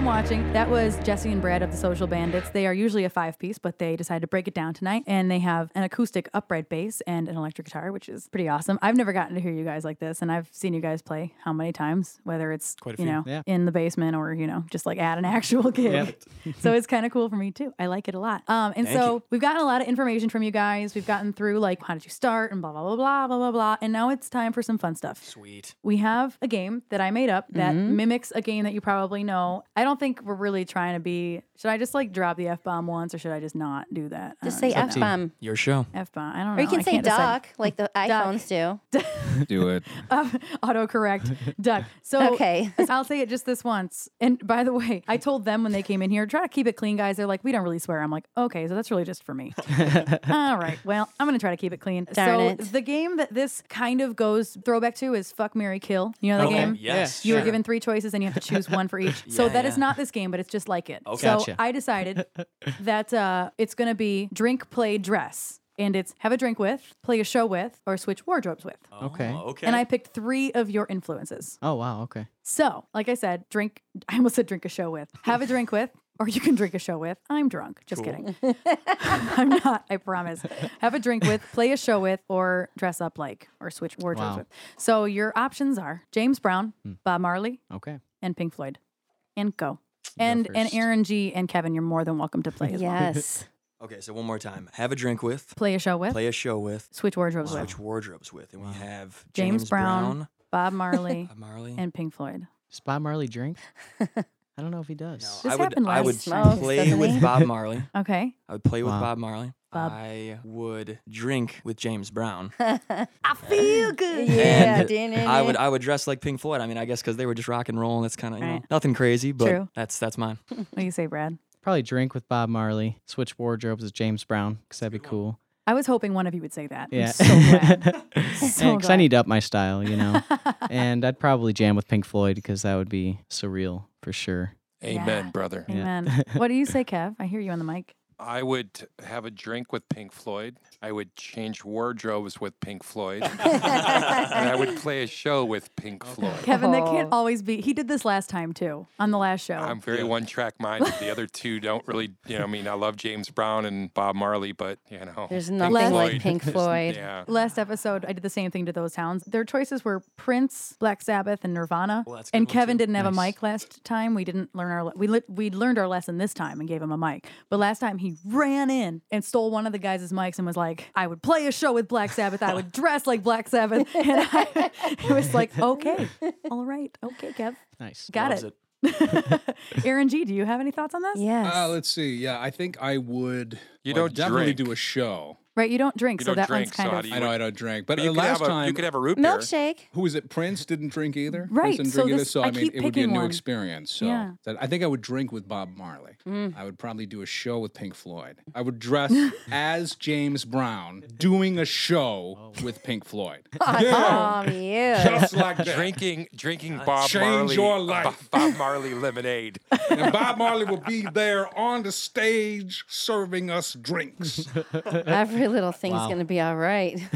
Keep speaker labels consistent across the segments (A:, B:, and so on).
A: watching. That was Jesse and Brad of the Social Bandits. They are usually a five piece, but they decided to break it down tonight. And they have an acoustic upright bass and an electric guitar, which is pretty awesome. I've never gotten to hear you guys like this, and I've seen you guys play how many times, whether it's
B: Quite a
A: you
B: few,
A: know
C: yeah.
A: in the basement or you know just like at an actual gig. so it's kind of cool for me too. I like it a lot. Um, and
B: Thank
A: so
B: you.
A: we've gotten a lot of information from you guys. We've gotten through like how did you start and blah blah blah blah blah blah blah. And now it's time for some fun stuff
B: Sweet.
A: we have a game that I made up that
D: Mm-hmm.
A: mimics a game that you probably know. I don't think we're really trying to be. Should I just like drop the f bomb once, or should I just not do that? I
D: Just
A: don't
D: say
A: know.
D: F bomb.
B: Your show.
A: f bomb. I don't know.
D: Or you can
A: I
D: say
A: can't decide.
D: duck, like the iPhones do.
E: Do it.
A: autocorrect duck so
D: Okay.
A: i'll say it just this once and by the way i told them when they came in here try to keep it clean guys they're like we don't really swear i'm like okay so that's really just for me all right well i'm gonna try to keep it clean
D: Darn
A: so
D: it.
A: the game that this kind of goes throwback to is fuck mary kill you know that
B: Okay,
A: game
B: yes,
A: you were
B: sure.
A: given three choices and you have to choose one for each so
B: Yeah,
A: that is
B: yeah.
A: not this game but it's just like it
B: Okay.
A: so
C: Gotcha.
A: i decided that uh, it's gonna be drink play dress and it's have a drink with play a show with or switch wardrobes with
C: Okay.
B: Oh, okay.
A: and I picked three of your influences.
C: Oh wow. Okay.
A: So, like I said, drink. I almost said drink a show with. Have a drink with, or you can drink a show with. I'm drunk. Just kidding. I'm not. I promise. Have a drink with, play a show with, or dress up like, or switch wardrobes
C: Wow.
A: with. So your options are James Brown,
B: Hmm.
A: Bob Marley,
C: Okay.
A: and Pink Floyd, and go. And and
C: first.
A: Aaron G and Kevin, you're more than welcome to play as well.
D: Yes.
B: okay, so one more time. Have a drink with,
A: Play a show with,
B: play a show with,
A: switch wardrobes with,
B: switch wardrobes with. And we have
A: James
B: James,
A: Brown,
B: Brown,
A: Bob Marley,
B: Bob Marley.
A: and Pink Floyd.
C: Does Bob Marley drink? I don't know if he does.
A: This
B: I would,
A: happened
B: I
A: last
B: would
D: Smokes,
B: play
D: doesn't
B: with
D: he?
B: Bob Marley.
A: Okay.
B: I would play with
C: Wow.
B: Bob Marley.
A: Bob.
B: I would drink with James Brown.
D: Feel good. Yeah.
B: And I would I would dress like Pink Floyd. I mean, I guess because they were just rock and roll, and it's kind of you know,
A: Right.
B: nothing crazy, but
A: True.
B: that's that's mine.
A: What do you say, Brad?
C: Probably drink with Bob Marley. Switch wardrobes with James Brown because that'd be cool.
A: I was hoping one of you would say that. I'm
C: Yeah.
A: so glad. So
C: Because I
A: glad.
C: need to up my style, you know. and I'd probably jam with Pink Floyd because that would be surreal for sure.
E: Amen,
A: Yeah.
E: brother.
A: Amen. what do you say, Kev? I hear you on the mic.
E: I would have a drink with Pink Floyd. I would change wardrobes with Pink Floyd. and I would play a show with Pink Floyd.
A: Kevin, that can't
D: Oh.
A: always be. He did this last time too on the last show.
E: I'm very one track minded. The other two don't really, you know, I mean, I love James Brown and Bob Marley, but, you know.
D: There's
E: Pink
D: nothing
E: Floyd
D: like Pink
E: is-
D: Floyd.
E: Yeah.
A: last episode, I did the same thing to those towns. Their choices were Prince, Black Sabbath, and Nirvana.
B: Well, that's a good
A: and
B: one,
A: Kevin
B: too.
A: didn't have a
C: Nice.
A: mic last time. We didn't learn our le- we lit we learned our lesson this time and gave him a mic. But last time he ran in and stole one of the guys' mics and was like, "I would play a show with Black Sabbath. I would dress like Black Sabbath." And I, it was like, "Okay, all right, okay, Kev,
C: Nice.
A: got
B: Loves
A: it." Aaron G, do you have any thoughts on this?
D: Yes.
F: Uh, let's see. Yeah, I think I would.
E: You
F: well,
E: don't
F: definitely
E: drink.
F: do a show.
A: Right, you don't drink,
E: You
A: so
E: don't
A: that
E: drink,
A: one's kind
E: so how
A: of
E: do You
F: I know
E: would-
F: I don't drink, but
E: But you
F: uh,
E: could,
F: last
E: have a,
F: time
E: you could have a root beer.
D: Milkshake.
F: who was it? Prince didn't drink either.
A: Right,
F: Prince didn't
A: so
F: drink either.
A: this-
F: So
A: I
F: I, mean,
A: keep
F: it would be a
A: picking
F: new
A: one.
F: experience. So
A: Yeah. Mm.
F: that, I think I would drink with Bob Marley. I would probably do a show with Pink Floyd. I would dress as James Brown doing a show
E: Oh.
F: with Pink Floyd.
D: Awesome. Yeah.
F: Just like that.
E: Drinking, drinking Bob
F: Change
E: Marley,
F: your
E: Bo-
F: life.
E: Bob Marley lemonade.
F: And Bob Marley will be there on the stage serving us drinks.
D: Every little thing's gonna be all right.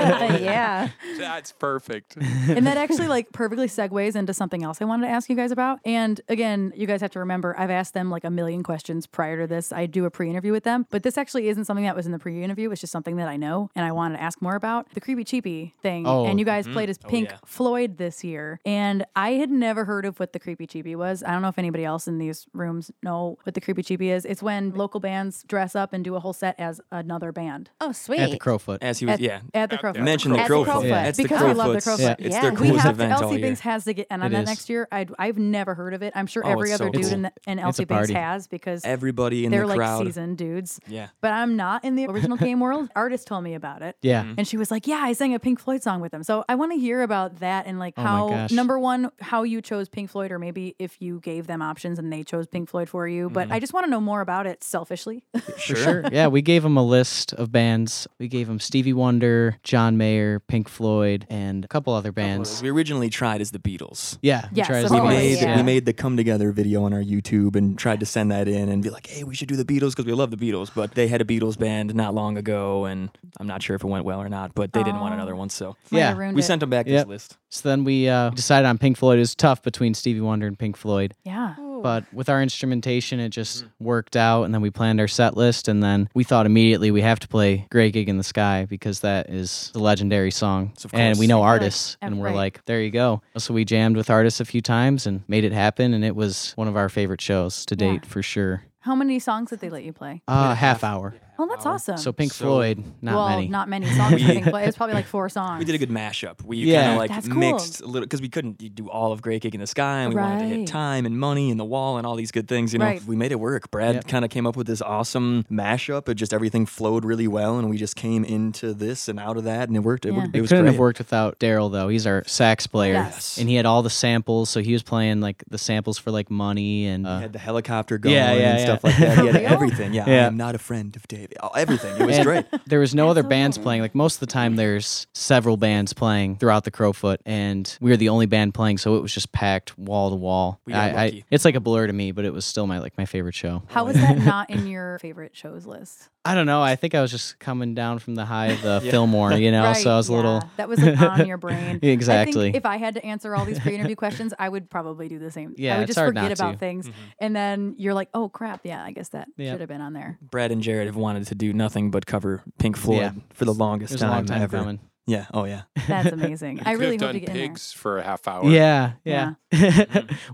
D: yeah.
E: That's perfect.
A: and that actually like perfectly segues into something else I wanted to ask you guys about. And again, you guys have to remember I've asked them like a million questions prior to this. I do a pre-interview with them, but this actually isn't something that was in the pre-interview. It's just something that I know and I wanted to ask more about the creepy cheapy thing.
C: Oh,
A: and you guys played as Pink
B: yeah.
A: Floyd this year, and I had never heard of what the creepy cheapy was. I don't know if anybody else in these rooms know what the creepy cheapy is. It's when local bands dress up and do a whole set as another band.
D: Oh, sweet.
C: At the Crowfoot.
B: As he was, yeah.
A: At the Crowfoot.
B: Mention the
D: At the
B: Crowfoot.
D: Crowfoot.
B: Yeah, It's the
A: Because we love the
B: Crowfoots.
A: Crowfoot.
B: It's
D: Yeah.
B: their
D: We
A: We
B: coolest
A: have to,
B: event all
A: LC
B: year.
A: Binks has to get in on
C: It
A: that
C: is.
A: next year. I'd, I've never heard of it. I'm sure
C: Oh,
A: every
C: it's so
A: other dude
C: cool.
A: in, the, in
C: It's a
A: LC Binks
C: party.
A: has because
B: Everybody in
A: they're
B: the
A: like
B: crowd.
A: seasoned dudes.
B: Yeah.
A: But I'm not in the original game world. Artist told me about it.
C: Yeah.
A: And she was like, "Yeah, I sang a Pink Floyd song with them." So I want to hear about that and like
C: Oh my
A: how
C: gosh.
A: number one, how you chose Pink Floyd, or maybe if you gave them options and they chose Pink Floyd for you.
C: Mm-hmm.
A: But I just want to know more about it selfishly.
B: Sure.
C: Sure. yeah, we gave him a list of bands. We gave him Stevie Wonder, John Mayer, Pink Floyd, and a couple other bands.
B: We originally tried as the Beatles.
C: Yeah.
A: Yes,
C: tried
A: of
C: to
B: We
C: do
A: course.
C: it.
B: made
D: yeah.
B: we made the come together video on our YouTube and tried to send that in and be like, hey, we should do the Beatles because we love the Beatles. But they had a Beatles band not long ago, and I'm not sure if it went well or not. But they didn't want another one, so
A: Might have
C: Yeah,
A: ruined
B: we
A: it.
B: sent them back
C: Yep.
B: this list.
C: So then we uh, decided on Pink Floyd. It was tough between Stevie Wonder and Pink Floyd.
A: Yeah. Oh.
C: But with our instrumentation, it just
G: Mm.
C: worked out. And then we planned our set list. And then we thought immediately we have to play Grey Gig in the Sky because that is the legendary song.
G: So of
C: and we
G: course.
C: know artists.
A: Ev-
C: And we're
A: right.
C: like, there you go. So we jammed with artists a few times and made it happen. And it was one of our favorite shows to
A: Yeah.
C: date for sure.
A: How many songs did they let you play?
C: Uh, half hour.
A: Oh, that's awesome.
C: So Pink
G: So-
C: Floyd, not
A: well,
C: many.
A: not many songs. I
G: We-
A: think, but it was probably like four songs.
G: We did a good mashup. We
C: Yeah.
G: kind of like
A: That's cool.
G: mixed a little because we couldn't do all of Great Gig in the Sky, and we wanted to
A: Right.
G: hit time and money and the wall and all these good things. You know,
A: Right.
G: we made it work. Brad
C: Yep.
G: kind of came up with this awesome mashup. It just everything flowed really well, and we just came into this and out of that, and it worked. It,
A: Yeah.
G: worked. it
C: It
G: was
C: couldn't
G: great.
C: have worked without Daryl though. He's our sax player,
A: Oh, Yes.
C: and he had all the samples. So he was playing like the samples for like money and
G: He
C: uh,
G: had the helicopter going
C: Yeah, yeah,
G: and
C: yeah.
G: stuff like that. He had
A: For real?
G: everything. Yeah,
C: Yeah.
G: I'm not a friend of Dave. Oh, Everything. It was
C: and
G: great.
C: There was no other bands
A: Absolutely.
C: playing. Like most of the time, there's several bands playing throughout the Crowfoot, and we were the only band playing. So it was just packed wall to wall.
G: We got
C: I- I-
G: lucky.
C: It's like a blur to me, but it was still my like my favorite show.
A: How was that not in your favorite shows list?
C: I don't know. I think I was just coming down from the high of the Fillmore, you know.
A: Right,
C: So I was a
A: yeah.
C: little
A: That was like on your brain. I
C: Exactly.
A: think if I had to answer all these pre-interview questions, I would probably do the same.
C: Yeah,
A: I would
C: it's
A: just
C: hard
A: forget
C: not
A: about
C: to.
A: things,
E: Mm-hmm.
A: and then you're like, "Oh crap! Yeah, I guess that
C: Yep.
A: should have been on there."
G: Brad and Jared have wanted to do nothing but cover Pink Floyd
C: Yeah.
G: for the
C: it
G: longest
C: was a
G: time,
C: long time
G: ever.
C: coming.
G: Yeah. Oh yeah.
A: That's amazing. I
E: Could
A: really hope
E: have done
A: to get in there.
E: pigs for a half hour.
C: Yeah, yeah.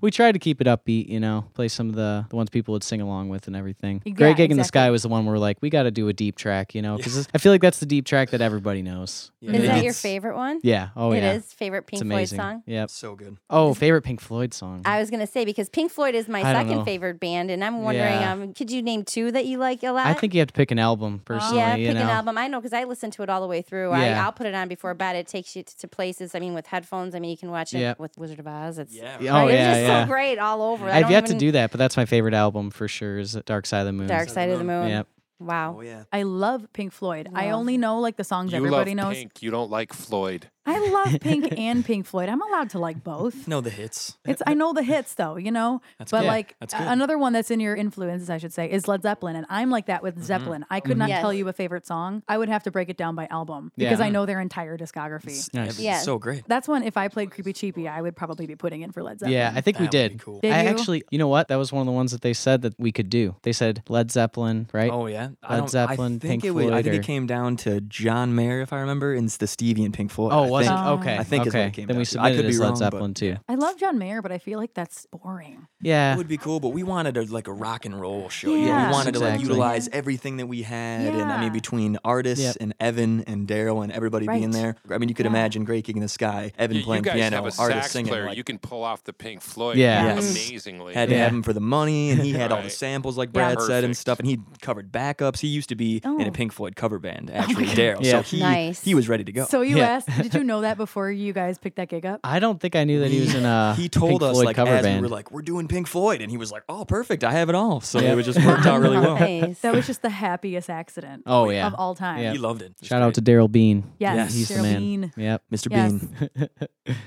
C: we tried to keep it upbeat, you know, play some of the, the ones people would sing along with and everything.
A: Yeah,
C: Great Gig in the
A: exactly.
C: Sky was the one where we're like, we got to do a deep track, you know, because I feel like that's the deep track that everybody knows.
G: yeah.
D: Is that your
G: It's
D: favorite one?
C: Yeah. Oh,
D: It
C: yeah.
D: is favorite
C: It's
D: Pink Floyd
C: amazing.
D: song.
C: Yep.
G: So good.
C: Oh, favorite Pink Floyd song.
D: I was gonna say because Pink Floyd is my
C: I don't know.
D: second favorite band, and I'm wondering,
C: Yeah.
D: um, could you name two that you like a lot?
C: I think you have to pick an album personally.
D: yeah,
C: you
D: pick
C: know?
D: an album. I know because I listen to it all the way through.
C: Yeah.
D: I, I'll put it on before bed. It takes you t- to places. I mean, with headphones. I mean, you can watch it
C: Yeah.
D: with Wizard of Oz. It's
G: Yeah.
C: Yeah,
D: right?
C: Oh,
D: it's
C: yeah,
D: just
C: yeah.
D: so great all over. I
C: I've
D: don't
C: yet to
D: even-
C: do that, but that's my favorite album for sure. Is Dark Side of the Moon.
D: Dark Side of the Moon.
C: Yep.
D: Wow.
G: Oh yeah.
A: I love Pink Floyd. I
D: Love.
A: only know like the songs
E: You love
A: everybody knows.
E: Pink. You don't like Floyd.
A: I love Pink and Pink Floyd. I'm allowed to like both.
G: No, the hits.
A: It's I know the hits though, you know.
G: That's
A: but
G: good.
A: like
G: That's
A: a-
G: good.
A: another one that's in your influences, I should say, is Led Zeppelin, and I'm like that with
C: Mm-hmm.
A: Zeppelin. I could not
D: Yes.
A: tell you a favorite song. I would have to break it down by album because
C: Yeah.
A: I know their entire discography.
C: Nice.
G: Yeah,
D: Yeah.
G: So great.
A: That's one. If I played Creepy Cheapy, I would probably be putting in for Led Zeppelin.
C: Yeah, I think we
G: That would
C: did.
G: be cool.
A: Did
C: I
A: you?
C: actually, you know what? That was one of the ones that they said that we could do. They said Led Zeppelin, right?
G: Oh yeah.
C: Led
G: I don't,
C: Zeppelin,
G: I think
C: Pink
G: it was, I think
C: Floyd, or-
G: it came down to John Mayer, if I remember, and it's the Stevie and Pink Floyd.
C: Oh,
G: I
C: was it?
G: think.
A: Oh.
C: Okay.
G: I think is what
C: okay.
G: it came
C: then we
G: down to. I
C: submitted
G: could be
C: as Led
G: wrong, but-
C: Zeppelin too.
A: I love John Mayer, but I feel like that's boring.
G: It
C: Yeah.
G: would be cool, but we wanted a like a rock and roll show. you know?
A: Yeah.
G: we wanted to like
C: Exactly.
G: utilize everything that we had, and I
A: Yeah.
G: mean between artists
C: Yep.
G: and Evan and Daryl and everybody
A: Right.
G: being there. I mean, you could imagine Great Gig in the Sky, Evan
E: You, you
G: playing
E: guys
G: piano,
E: have a
G: artists
E: sax
G: singing.
E: player.
G: like,
E: you can pull off the Pink Floyd.
C: Yeah.
G: Yes.
E: Amazingly.
G: had to
C: Yeah.
G: have him for the money, and he had all the
E: Right.
G: samples, like
E: Yeah.
G: Brad said, and
E: Perfect.
G: stuff. And he covered backups. He used to be in
A: Oh.
G: a Pink Floyd cover band, actually, Daryl.
C: Oh
G: So
C: Yeah.
G: he
D: Nice.
G: he was ready to go.
A: So you
C: Oh, Yeah.
A: asked, did you know that before you guys picked that gig up?
C: I don't think I knew that he was in a
G: he told
C: Pink
G: us
C: Floyd
G: like
C: cover
G: as
C: band.
G: we were like we're doing Pink Floyd, and he was like, "Oh, perfect, I have it all." So
C: Yeah.
G: it was just worked out really well.
D: Nice.
A: That was just the happiest accident.
C: Oh, yeah.
A: of all time.
C: Yeah.
G: He loved it. It was
C: Shout out to
G: great.
C: Daryl Bean.
A: Yes,
G: Yes.
C: he's
A: Daryl
C: the man.
A: Bean.
C: Yep.
G: Mr.
A: Yes.
G: Bean.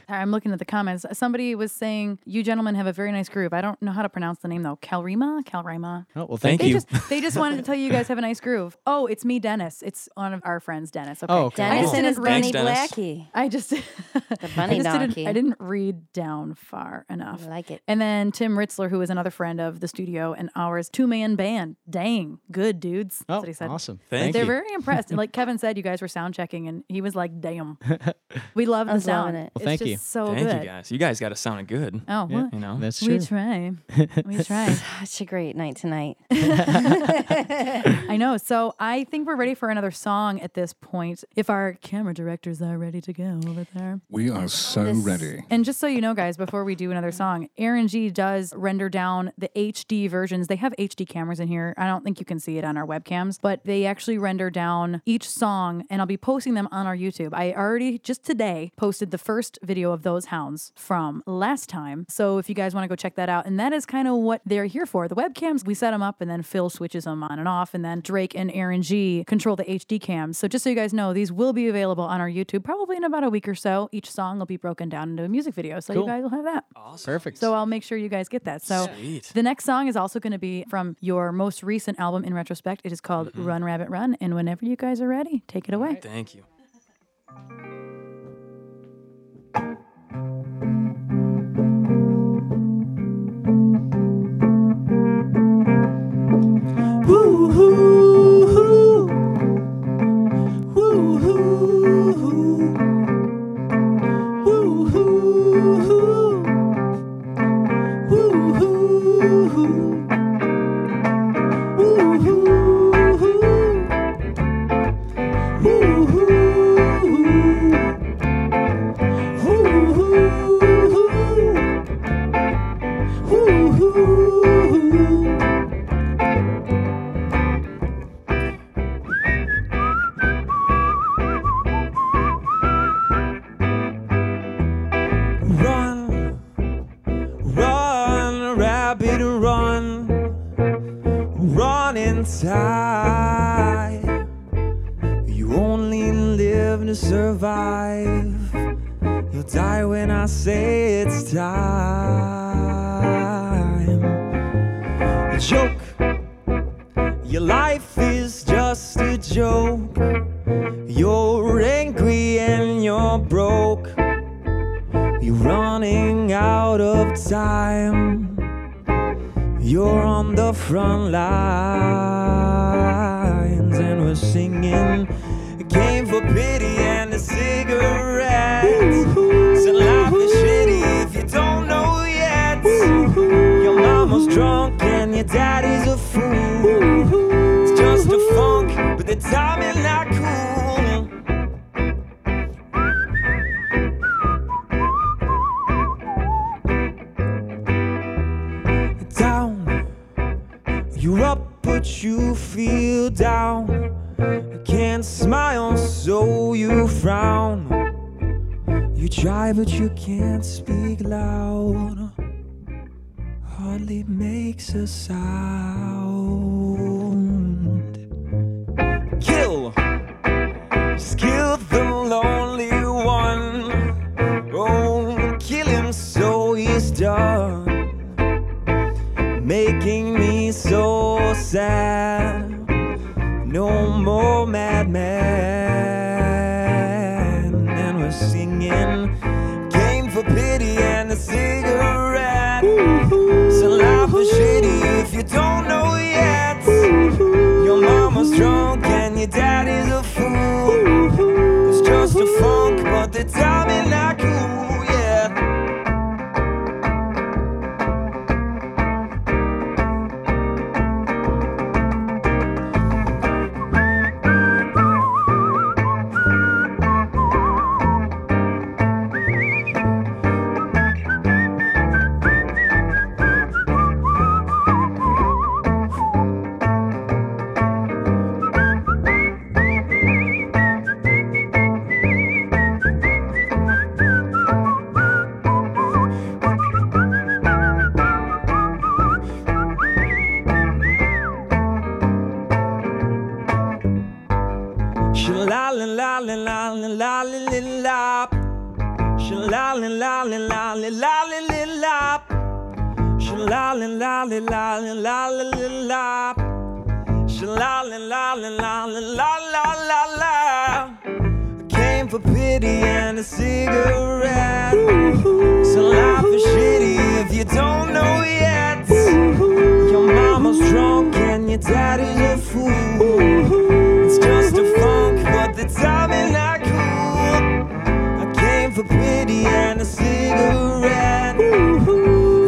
A: I'm looking at the comments. Somebody was saying you gentlemen have a very nice groove. I don't know how to pronounce the name though. Calrima, Calrima.
C: Oh well,
G: Thank
C: thank,
A: They
C: you.
G: you.
A: just they just wanted to tell you you guys have a nice groove. Oh, it's me, Dennis. It's one of our friends, Dennis. Okay.
C: Oh, okay.
A: I
D: Dennis
A: just
D: and
A: didn't
D: his
A: read.
D: Bunny
G: Dennis.
D: Blackie.
A: I just the
D: bunny
A: I just
D: donkey.
A: Didn't, I didn't read down far
D: I
A: enough.
D: like it.
A: And then Tim Ritzler, who is another friend of the studio and ours, two man band. Dang, good dudes. That's
C: Oh,
A: what he said.
C: awesome.
G: Thank
A: They're
G: you.
A: very impressed. And like Kevin said, you guys were sound checking, and he was like, "Damn, we love
D: I
A: the
D: was loving
A: sound.
D: it. Well,
A: It's
C: thank
A: just
C: you.
A: So
G: Thank
A: good.
G: you guys. You guys got to sound good.
A: Oh,
C: Yeah.
A: what?
G: You know,
C: That's
A: we
C: true.
A: try. We try.
D: Such a great night tonight.
A: I know. So I think we're ready for another song at this point. If our camera directors are ready to go over there.
F: We are so
D: This-
F: ready.
A: And just so you know, guys, before we do another song, Aaron G does render down the HD versions. They have HD cameras in here. I don't think you can see it on our webcams, but they actually render down each song, and I'll be posting them on our YouTube. I already just today posted the first video of those hounds from last time. So if you guys want to go check that out, and that is kind of what they're here for. The webcams, we set them up, and then Phil switches them on and off, and then Drake and Aaron G control the HD cams. So just so you guys know, these will be available on our YouTube probably in about a week or so. Each song will be broken down into a music video, so
C: Cool.
A: you guys will have that.
C: Perfect.
A: So I'll make sure you guys get that. So
G: Sweet.
A: the next song is also going to be from your most recent album in retrospect. It is called Run Rabbit Run, and whenever you guys are ready, take it away.
G: Thank you.
H: Run,
G: survive. You'll die when I say it's time. A joke. Your life is just a joke. You're angry and you're broke. You're running out of time. You're on the front lines, and we're singing a game for pity and a cigarette. So life is shitty if you don't know yet. Your mama's drunk and your daddy's a fool. It's just a funk, but the time is not cool. down. You're up, but you feel down. You can't smile, so you frown. You try, but you can't speak loud. Hardly makes a sound. Kill, just kill the lonely one. Oh, kill him so he's done making me so sad. No more madman. And we're singing Game for Pity and a cigarette. So life is shitty if you don't know yet. Your mama's drunk and your daddy's a fool. It's just a funk, but the time ain't like you, yeah. Sha-la-la-la-la-la-la-la-la-la. Sha-la-la-la-la-la-la-la-la-la. Sha-la-la-la-la-la-la-la-la-la. Sha-la-la-la-la-la-la-la-la-la. Came for pity and a cigarette. So life is shitty if you don't know yet. Your mama's drunk and your daddy's a fool. It's just a funk, but the timing not cool. I came for pity and a cigarette.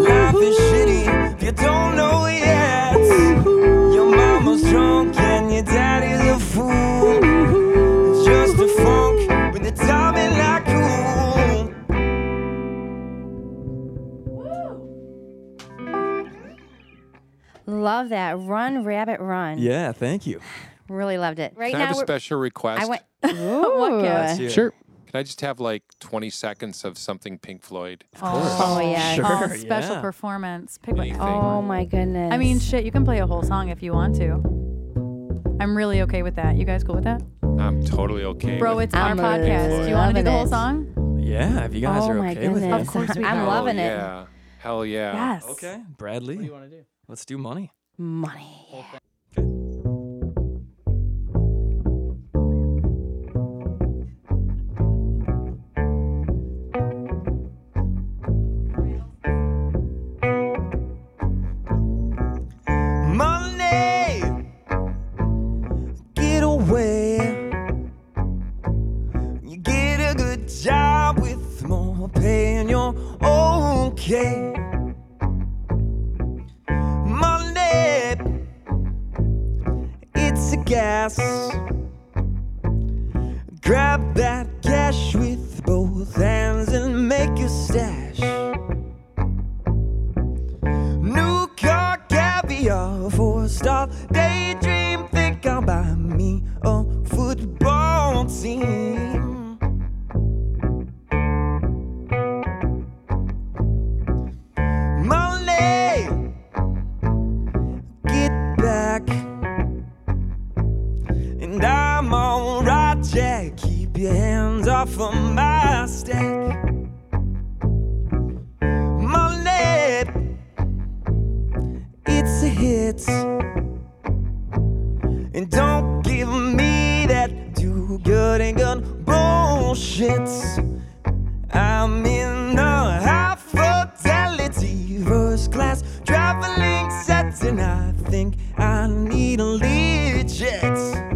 G: Life is shitty if you don't know yet. Your mama's drunk and your daddy's a fool. It's just a funk, but the timing not cool.
D: Love that. Run, rabbit, run.
B: Yeah, thank you.
D: Really loved it. Right
E: Can I
D: now,
E: have a
D: we're-
E: special request?
D: I went. Ooh.
B: That's you.
C: Sure.
E: Can I just have like 20 seconds of something Pink Floyd?
D: Oh, yeah.
B: Sure.
A: Oh, special
B: yeah.
A: performance. Pick one.
E: Anything.
D: Oh, my goodness.
A: I mean, shit, you can play a whole song if you want to. I'm really okay with that. You guys cool with that?
E: I'm totally okay.
A: Bro,
E: with
A: it's our
D: I'm
A: podcast. Do you want to do
D: loving
A: the whole
D: it.
A: song?
B: Yeah, if you guys
D: oh,
B: are
D: my
B: okay with
D: goodness.
B: it.
A: Of course we
D: I'm
A: are.
E: Hell
D: loving it.
E: Yeah. Hell yeah.
A: Yes.
B: Okay, Bradley. What do you want to do? Let's do money.
D: Money.
G: Money, get away. You get a good job with more pay, and you're okay. Money, it's a gas. Grab that cash with both hands and make a stash. New car caviar for a star daydream. Think I'll buy me a football team. Money, get back, and I'm alright. Yeah, keep your hands. crumbs off of my stack. Money, it's a hit. And don't give me that do good and gun bullshit. I'm in the high fidelity, first class traveling set, and I think I need a legit.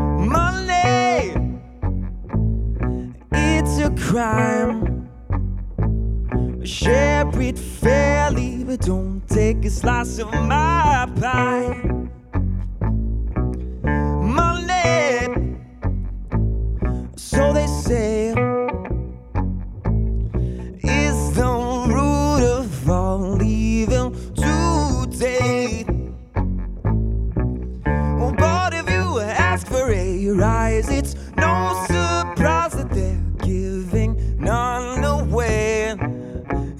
G: Money, it's a crime. Share it fairly, but don't take a slice of my pie. Money, so they say, is the root of all evil today. Well, but Oh, if you ask for a rise, it's no surprise that they're giving none away,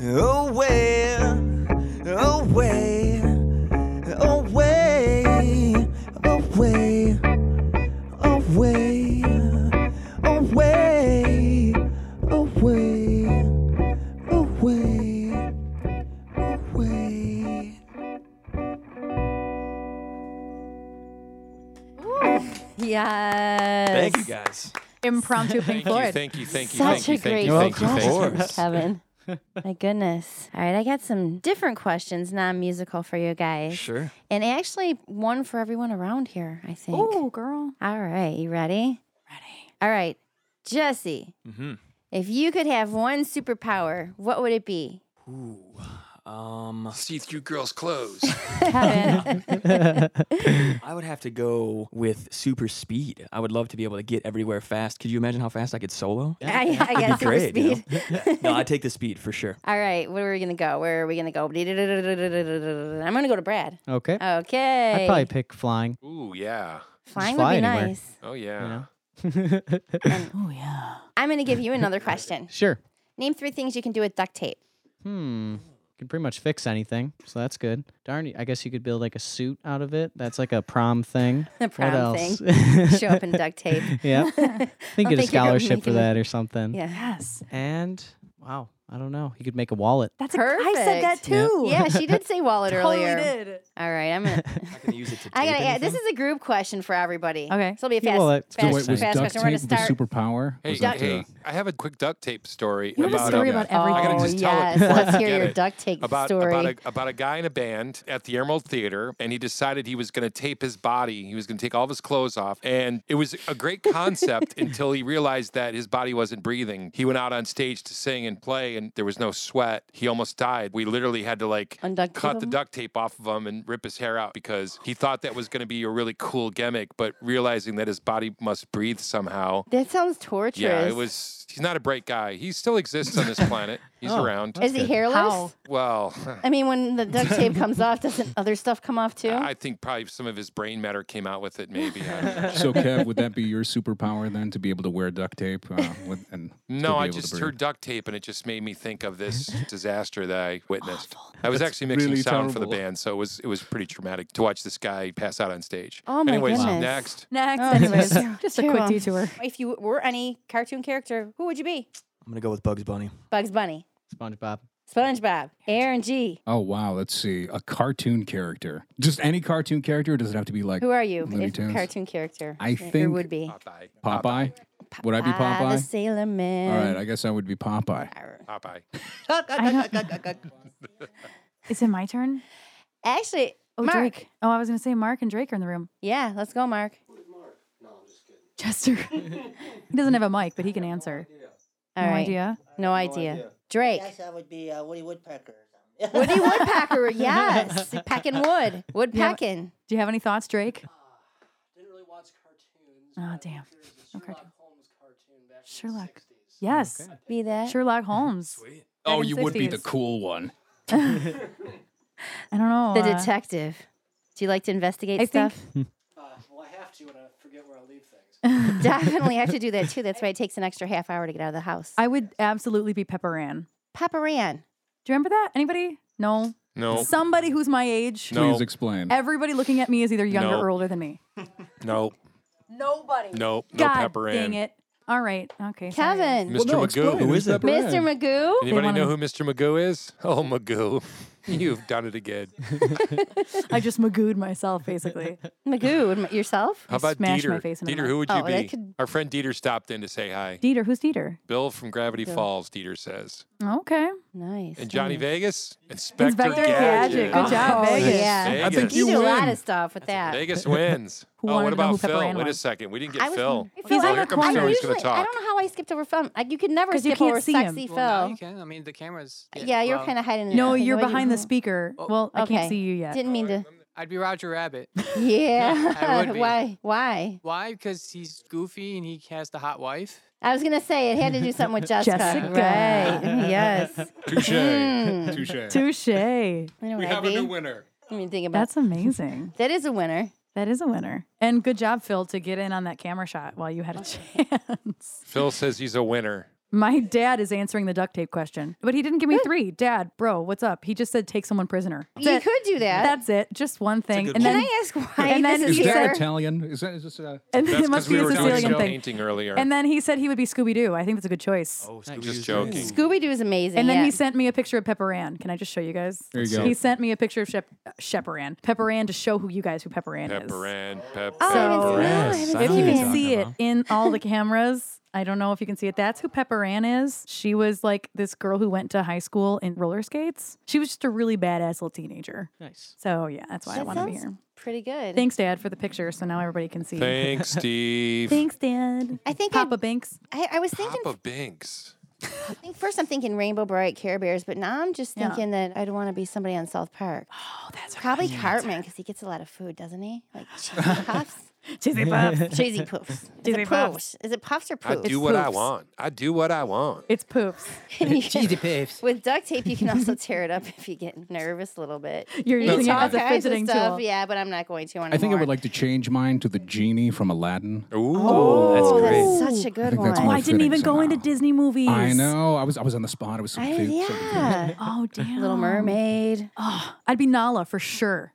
G: away, away, away, away, away, away, away, away, away.
D: Yes.
B: Thank you guys.
A: Impromptu Pink
E: Thank you,
A: Floyd.
E: thank you, thank you,
D: Such
E: thank you,
D: a great
E: thank you, thank you, thank you.
D: suggestion, Kevin. My goodness. All right, I got some different questions, non musical, for you guys.
B: Sure.
D: And actually, one for everyone around here, I think.
A: Oh, girl.
D: All right, you ready?
A: Ready.
D: All right, Jesse,
B: Mm-hmm.
D: if you could have one superpower, what would it be?
B: Ooh. Um,
E: See through girls' clothes.
D: Kevin.
B: I would have to go with super speed. I would love to be able to get everywhere fast. Could you imagine how fast I could solo?
D: I, I guess super
B: Great. you
D: speed.
B: know? no, I take the speed for sure.
D: All right, where are we going to go? Where are we going to go? I'm going to go to Brad.
C: Okay.
D: Okay.
C: I'd probably pick flying.
E: Ooh, yeah.
D: Flying
C: fly
D: would be
C: anywhere.
D: nice.
E: Oh, yeah.
C: You know?
A: Oh, yeah.
D: I'm going to give you another question.
C: sure.
D: Name three things you can do with duct tape.
C: Hmm. Can pretty much fix anything, so that's good. Darn, I guess you could build like a suit out of it. That's like a prom thing.
D: The
C: what
D: prom
C: else?
D: thing. Show up in duct tape.
C: yeah,
D: I
C: think get a
D: think you're gonna
C: scholarship
D: make
C: for
D: it-
C: that or something.
D: Yeah.
A: Yes.
C: And wow, I don't know. You could make a wallet.
A: That's a, I said that
D: Perfect.
A: too.
D: Yeah, she did say wallet
A: Totally
D: earlier.
A: did.
D: All right, I'm gonna.
B: I can use it to
D: I gotta add. This
B: anything?
D: is a group question for everybody.
A: Okay.
D: So it'll be a
C: Yeah,
D: fast,
C: well, that's
F: So
D: fast,
F: wait,
D: fast
F: was duct
D: question. We're gonna
F: tape the
D: start.
F: superpower?
E: Hey,
F: Was that
E: hey,
F: the-
E: I have a quick duct tape story
A: You have a
E: about
A: story
E: um,
A: about
D: oh,
A: everything.
E: I gotta just tell it
D: yes.
E: before I
D: Let's hear
E: forget
D: your
E: it.
D: duct tape
E: about
D: story.
E: about a, about a guy in a band at the Emerald Theater, and he decided he was going to tape his body. He was going to take all of his clothes off, and it was a great concept until he realized that his body wasn't breathing. He went out on stage to sing and play, and there was no sweat. He almost died. We literally had to like
D: Unduct tape
E: cut the
D: him?
E: duct tape off of him and rip his hair out because he thought that was going to be a really cool gimmick, but realizing that his body must breathe somehow.
D: that sounds torturous.
E: Yeah, it was. He He's not a bright guy. He still exists on this planet. He's
C: Oh.
E: around.
D: Is he hairless?
A: How?
E: Well,
D: I mean, when the duct tape comes off, doesn't other stuff come off too?
E: I think probably some of his brain matter came out with it. Maybe. I don't know.
F: So, Kev, would that be your superpower then to be able to wear duct tape? Uh, with, and still
E: No,
F: be
E: I
F: able to
E: just
F: breathe?
E: heard duct tape, and it just made me think of this disaster that I witnessed. I was actually mixing
F: really
E: sound for the
F: terrible.
E: band, so it was it was pretty traumatic to watch this guy pass out on stage.
D: Oh my
E: Anyways,
D: goodness.
E: next.
A: Next,
D: Oh,
A: anyways,
D: terrible.
A: just a quick
D: Terrible.
A: detour.
D: If you were any cartoon character, who would you be?
B: I'm gonna go with Bugs Bunny.
D: Bugs Bunny,
C: SpongeBob.
D: SpongeBob, Aaron G.
F: Oh wow, let's see. A cartoon character. Just any cartoon character, or does it have to be like
D: Who are you?
F: Looney
D: If
F: Tunes.
D: cartoon character.
F: I
D: who
F: think-
D: would be.
E: Popeye.
F: Popeye? Would I be
D: Ah, the
F: Popeye?
D: Sailor
F: All right,
D: Man.
F: I guess I would be Popeye.
E: Popeye.
A: Is it my turn?
D: Actually,
A: Oh,
D: Mark.
A: Drake. Oh, I was gonna say Mark and Drake are in the room.
D: Yeah, let's go, Mark.
A: Chester. he doesn't have a mic, but he can answer.
D: All
A: no
D: right.
A: idea.
D: No idea. Drake.
I: Yes, I would be uh, Woody Woodpecker.
D: Woody Woodpecker. Yes. Pecking wood. Wood
A: Yeah, but-
D: pecking.
A: Do you have any thoughts, Drake? Oh, damn. No cartoon. Sherlock. Yes. Eh,
D: Be that.
A: Sherlock Holmes.
F: Oh,
A: Back in
F: you would be the
A: 60s.
F: cool one.
A: I don't know.
D: The
A: uh,
D: detective. Do you like to investigate
A: I think-
D: stuff? Definitely have to do that too. That's why it takes an extra half hour to get out of the house.
A: I would absolutely be Pepper Ann.
D: Papa Ran.
A: Do you remember that? Anybody? No.
E: No,
A: Somebody who's my age.
E: No.
F: Please explain.
A: Everybody looking at me is either younger
E: No.
A: or older than me.
E: no,
A: Nobody.
E: no, no
A: God
E: pepper
A: dang
E: in.
A: it. All right. Okay. sorry.
D: Kevin.
E: Mr.
F: no,
E: Magoo.
F: explain.
E: Who
F: Who's
E: is it?
F: that brand?
D: Mr. Magoo.
E: Anybody
A: wanna-
E: know who Mr. Magoo is? Oh, Magoo. You've done it again.
A: I just magooed myself, basically.
D: Magoo. and yourself?
E: How about
A: smashed
E: Dieter?
A: my face into
E: Dieter,
A: my-
E: who would you
D: Oh, that
E: be?
D: could-
E: Our friend Dieter stopped in to say hi.
A: Dieter. Who's Dieter?
E: Bill from Gravity Falls, Dieter says.
A: Okay.
D: Nice.
E: And Johnny Vegas? Inspector,
A: Inspector Gadget.
E: Gadget.
A: Good job,
D: Oh,
A: Vegas.
D: yeah.
E: Vegas.
F: I think
D: You
F: You
D: do a lot
F: win.
D: of stuff with that.
E: Vegas wins.
A: Who
E: oh,
A: wanted
E: what
A: to know who
E: about
A: Phil?
E: Phil?
A: Ann
E: Wait a
A: was?
E: second. We didn't
D: I
E: get
D: was
E: Phil.
D: wondering-
A: He's
E: oh,
A: in
E: here
A: the
E: comes
A: corner.
E: Phil.
D: I,
E: He's going
D: usually,
E: to
D: I
E: talk.
D: don't know how I skipped over film. Like you could never
A: 'Cause
D: skip
A: you can't
D: over
A: see him.
D: sexy
A: Well,
J: Well, no,
D: Phil.
J: you can. I mean, the camera's.
D: yeah, you're
J: well,
D: kind of hiding. it.
A: No,
D: Okay,
A: you're
D: nobody
A: behind
D: can-
A: the speaker. Well, I
D: Okay.
A: can't see you yet.
D: Didn't mean to.
J: I'd be Roger Rabbit.
D: Yeah.
J: I would be.
D: Why? Why?
J: Why? Because he's goofy and he has the hot wife.
D: I was gonna say it had to do something with Jessica.
A: Jessica.
D: Right. yes.
F: Touche.
D: Mm.
F: Touche.
A: Touche.
D: You know
F: We
D: what I'd
F: have a new
D: be?
F: winner.
D: I mean, think about
A: That's amazing.
D: that is a winner.
A: That is a winner. And good job, Phil, to get in on that camera shot while you had a chance.
E: Phil says he's a winner.
A: My dad is answering the duct tape question, but he didn't give me three. Dad, bro, what's up? He just said take someone prisoner. That's
D: you
A: it.
D: could do that.
A: That's it. Just one thing.
B: good
A: And
D: Can
A: then,
D: I ask why
A: and then
D: this
A: he
D: is
F: Is
A: said-
F: that
D: here?
F: Italian? Is that is this uh, a
A: and then
E: That's
A: it must
E: we
A: be a
E: were talking
A: Sicilian
E: about
A: thing.
E: painting earlier.
A: And then he said he would be Scooby Doo. I think that's a good choice.
B: Oh,
E: just joking.
D: Scooby Doo is amazing.
A: And then
D: yeah.
A: he sent me a picture of Pepper Ann. Can I just show you guys?
F: There you go.
A: He sent me a picture of Shep- Shepper Ann. Pepper Ann to show who you guys who Pepper Ann is.
E: Pepper in, pep-
D: Oh,
A: So-
D: I haven't seen- no, I
B: Yes,
D: haven't
B: I
A: If
B: know
A: you
D: seen it.
B: what
A: can
B: you're
A: see it
B: talking
A: in all the cameras, I don't know if you can see it. That's who Pepper Ann is. She was like this girl who went to high school in roller skates. She was just a really badass little teenager.
C: Nice.
A: So yeah, that's why I
D: That
A: want to be
D: sounds
A: here.
D: Pretty good.
A: Thanks, Dad, for the picture. So now everybody can see.
E: Thanks, Steve.
A: Thanks, Dad.
D: I think I'd-
A: Papa Banks.
D: I, I was thinking
E: Papa Binks.
D: I think first I'm thinking Rainbow Bright Care Bears, but now I'm just
A: Yeah.
D: thinking that I'd want to be somebody on South Park.
A: Oh, that's right.
D: Probably Cartman because he gets a lot of food, doesn't he? Like cheesy
A: Cheesy Puff.
D: puffs, cheesy poofs. Is
A: Cheesy
D: it
A: puffs.
D: poofs? Is it puffs or
E: I
D: poofs?
E: do what I
D: Poofs.
E: want. I do what I want.
A: It's poops.
D: cheesy poofs. With duct tape, you can also tear it up if you get nervous a little bit.
A: You're
D: You
A: using
D: can
A: it
D: do all
A: as a
D: kinds of
A: fidgeting
D: stuff,
A: tool.
D: Yeah, but I'm not going to anymore.
F: I think I would like to change mine to the genie from Aladdin.
E: Ooh,
D: Oh,
B: great.
D: that's such a
F: I
D: good
F: think that's
D: one.
A: Oh,
F: more
A: I didn't
F: fitting
A: even go
F: somehow.
A: into Disney movies.
F: I know. I was I was on the spot. I was so
D: I,
F: confused. so confused.
D: yeah.
A: Oh damn.
D: Little Mermaid.
A: Oh, I'd be Nala for sure.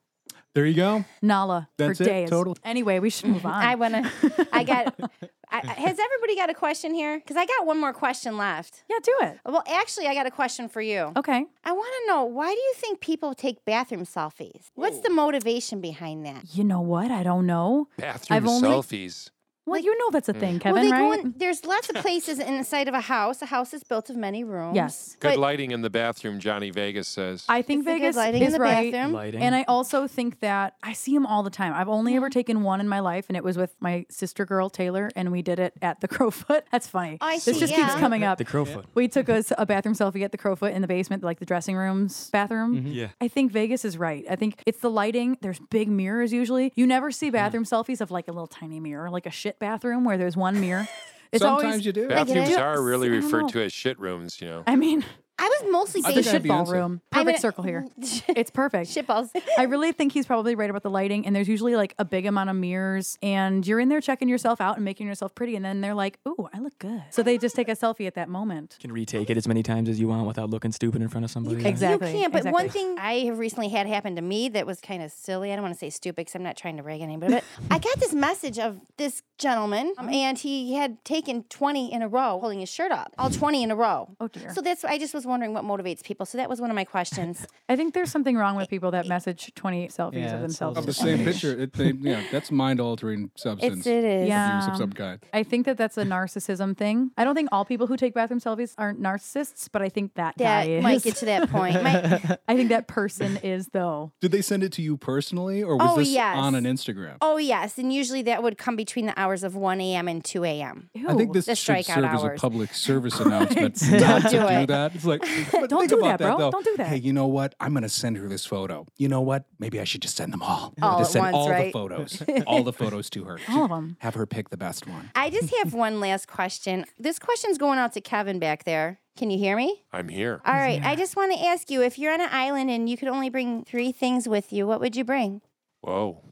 F: There you go.
A: Nala
F: That's
A: for
F: it,
A: days.
F: total.
A: Anyway, we should move on.
D: I want to. I got. I, I- has everybody got a question here? Because I got one more question left.
A: yeah, do it.
D: Well, actually, I got a question for you.
A: Okay.
D: I want to know why do you think people take bathroom selfies? What's the motivation behind that?
A: You know what? I don't know.
E: bathroom
A: I've only-
E: selfies.
A: Well, you know that's a thing, Kevin,
D: well, they
A: right? Mm.
D: go in. There's lots of places inside of a house. A house is built of many rooms.
A: yes.
E: Good
D: But-
E: lighting in the bathroom, Johnny Vegas says.
A: I think
D: It's the good
A: Vegas
D: lighting in
A: is
D: the
A: right.
D: bathroom.
B: Lighting.
A: And I also think that I see him all the time. I've only
D: Mm.
A: ever taken one in my life, and it was with my sister girl Taylor, and we did it at the Crowfoot. That's funny.
D: I
A: this
D: see,
A: just keeps
D: yeah.
A: coming up.
B: the Crowfoot.
A: We took a, a bathroom selfie at the Crowfoot in the basement, like the dressing room's bathroom.
G: Mm-hmm.
B: Yeah.
A: I think Vegas is right. I think it's the lighting. There's big mirrors usually. You never see bathroom selfies of like a little tiny mirror, like a shit bathroom where there's one mirror. It's
F: Sometimes
A: always.
F: you do.
D: I get
E: Bathrooms
D: it.
E: are really
A: I don't
E: referred
A: know.
E: to as shit rooms, you know.
A: I mean,
D: I was mostly
F: I
A: it's
D: saying
A: the
F: think that'd
A: shit
F: be
A: ball
F: answer.
A: room.
D: I
A: Perfect
D: mean-
A: circle here. It's perfect.
D: Shitballs.
A: I really think he's probably right about the lighting. And there's usually like a big amount of mirrors, and you're in there checking yourself out and making yourself pretty. And then they're like, ooh, I look good. So they just take a selfie at that moment.
B: can retake it as many times as you want without looking stupid in front of somebody.
A: can- Exactly.
D: You can't. But one
A: exactly.
D: thing I have recently had happen to me that was kind of silly. I don't want to say stupid because I'm not trying to rag on anybody, but I got this message of this gentleman,
A: Uh-huh.
D: um, and he had taken 20 in a row, holding his shirt up, all 20 in a row.
A: Oh, dear.
D: So that's. I just was wondering what motivates people. So that was one of my questions.
A: I think there's something wrong with people that message 20 selfies
C: Yeah,
A: of
C: it's a
A: themselves.
C: little
F: Of the
A: or
F: same
A: something.
F: picture. It, they, yeah, that's mind altering substance.
D: it's. It is.
A: Yeah.
F: abuse of
A: Um,
F: some kind.
A: I think that that's a narcissism thing. I don't think all people who take bathroom selfies are narcissists, but I think that,
D: That
A: guy is.
D: might get to that point. Might,
A: I think that person is though.
F: Did they send it to you personally, or was
D: Oh,
F: this
D: yes.
F: on an Instagram?
D: oh yes, and usually that would come between the hours of 1 a.m. and 2 a.m.
F: I think
A: Ew.
F: this
D: The
F: should
D: strikeout
F: serve as
D: hours.
F: a public service announcement.
A: Right.
F: not
D: Don't
F: to
D: do
F: do
D: it.
F: that. It's like, but
A: Don't
F: think
A: do
F: about
A: that, bro.
F: though.
A: Don't do that.
F: Hey, you know what? I'm gonna send her this photo. You know what? Maybe I should just send them all.
D: All
F: just
D: at
F: send
D: once,
F: all the
D: right?
F: photos, all the photos to her.
A: All of 'em.
F: Have her pick the best one.
D: I just have one last question. This question's going out to Kevin back there. Can you hear me?
E: I'm here.
D: All right. I just want to ask you if you're on an island and you could only bring three things with you, what would you bring?
E: Whoa.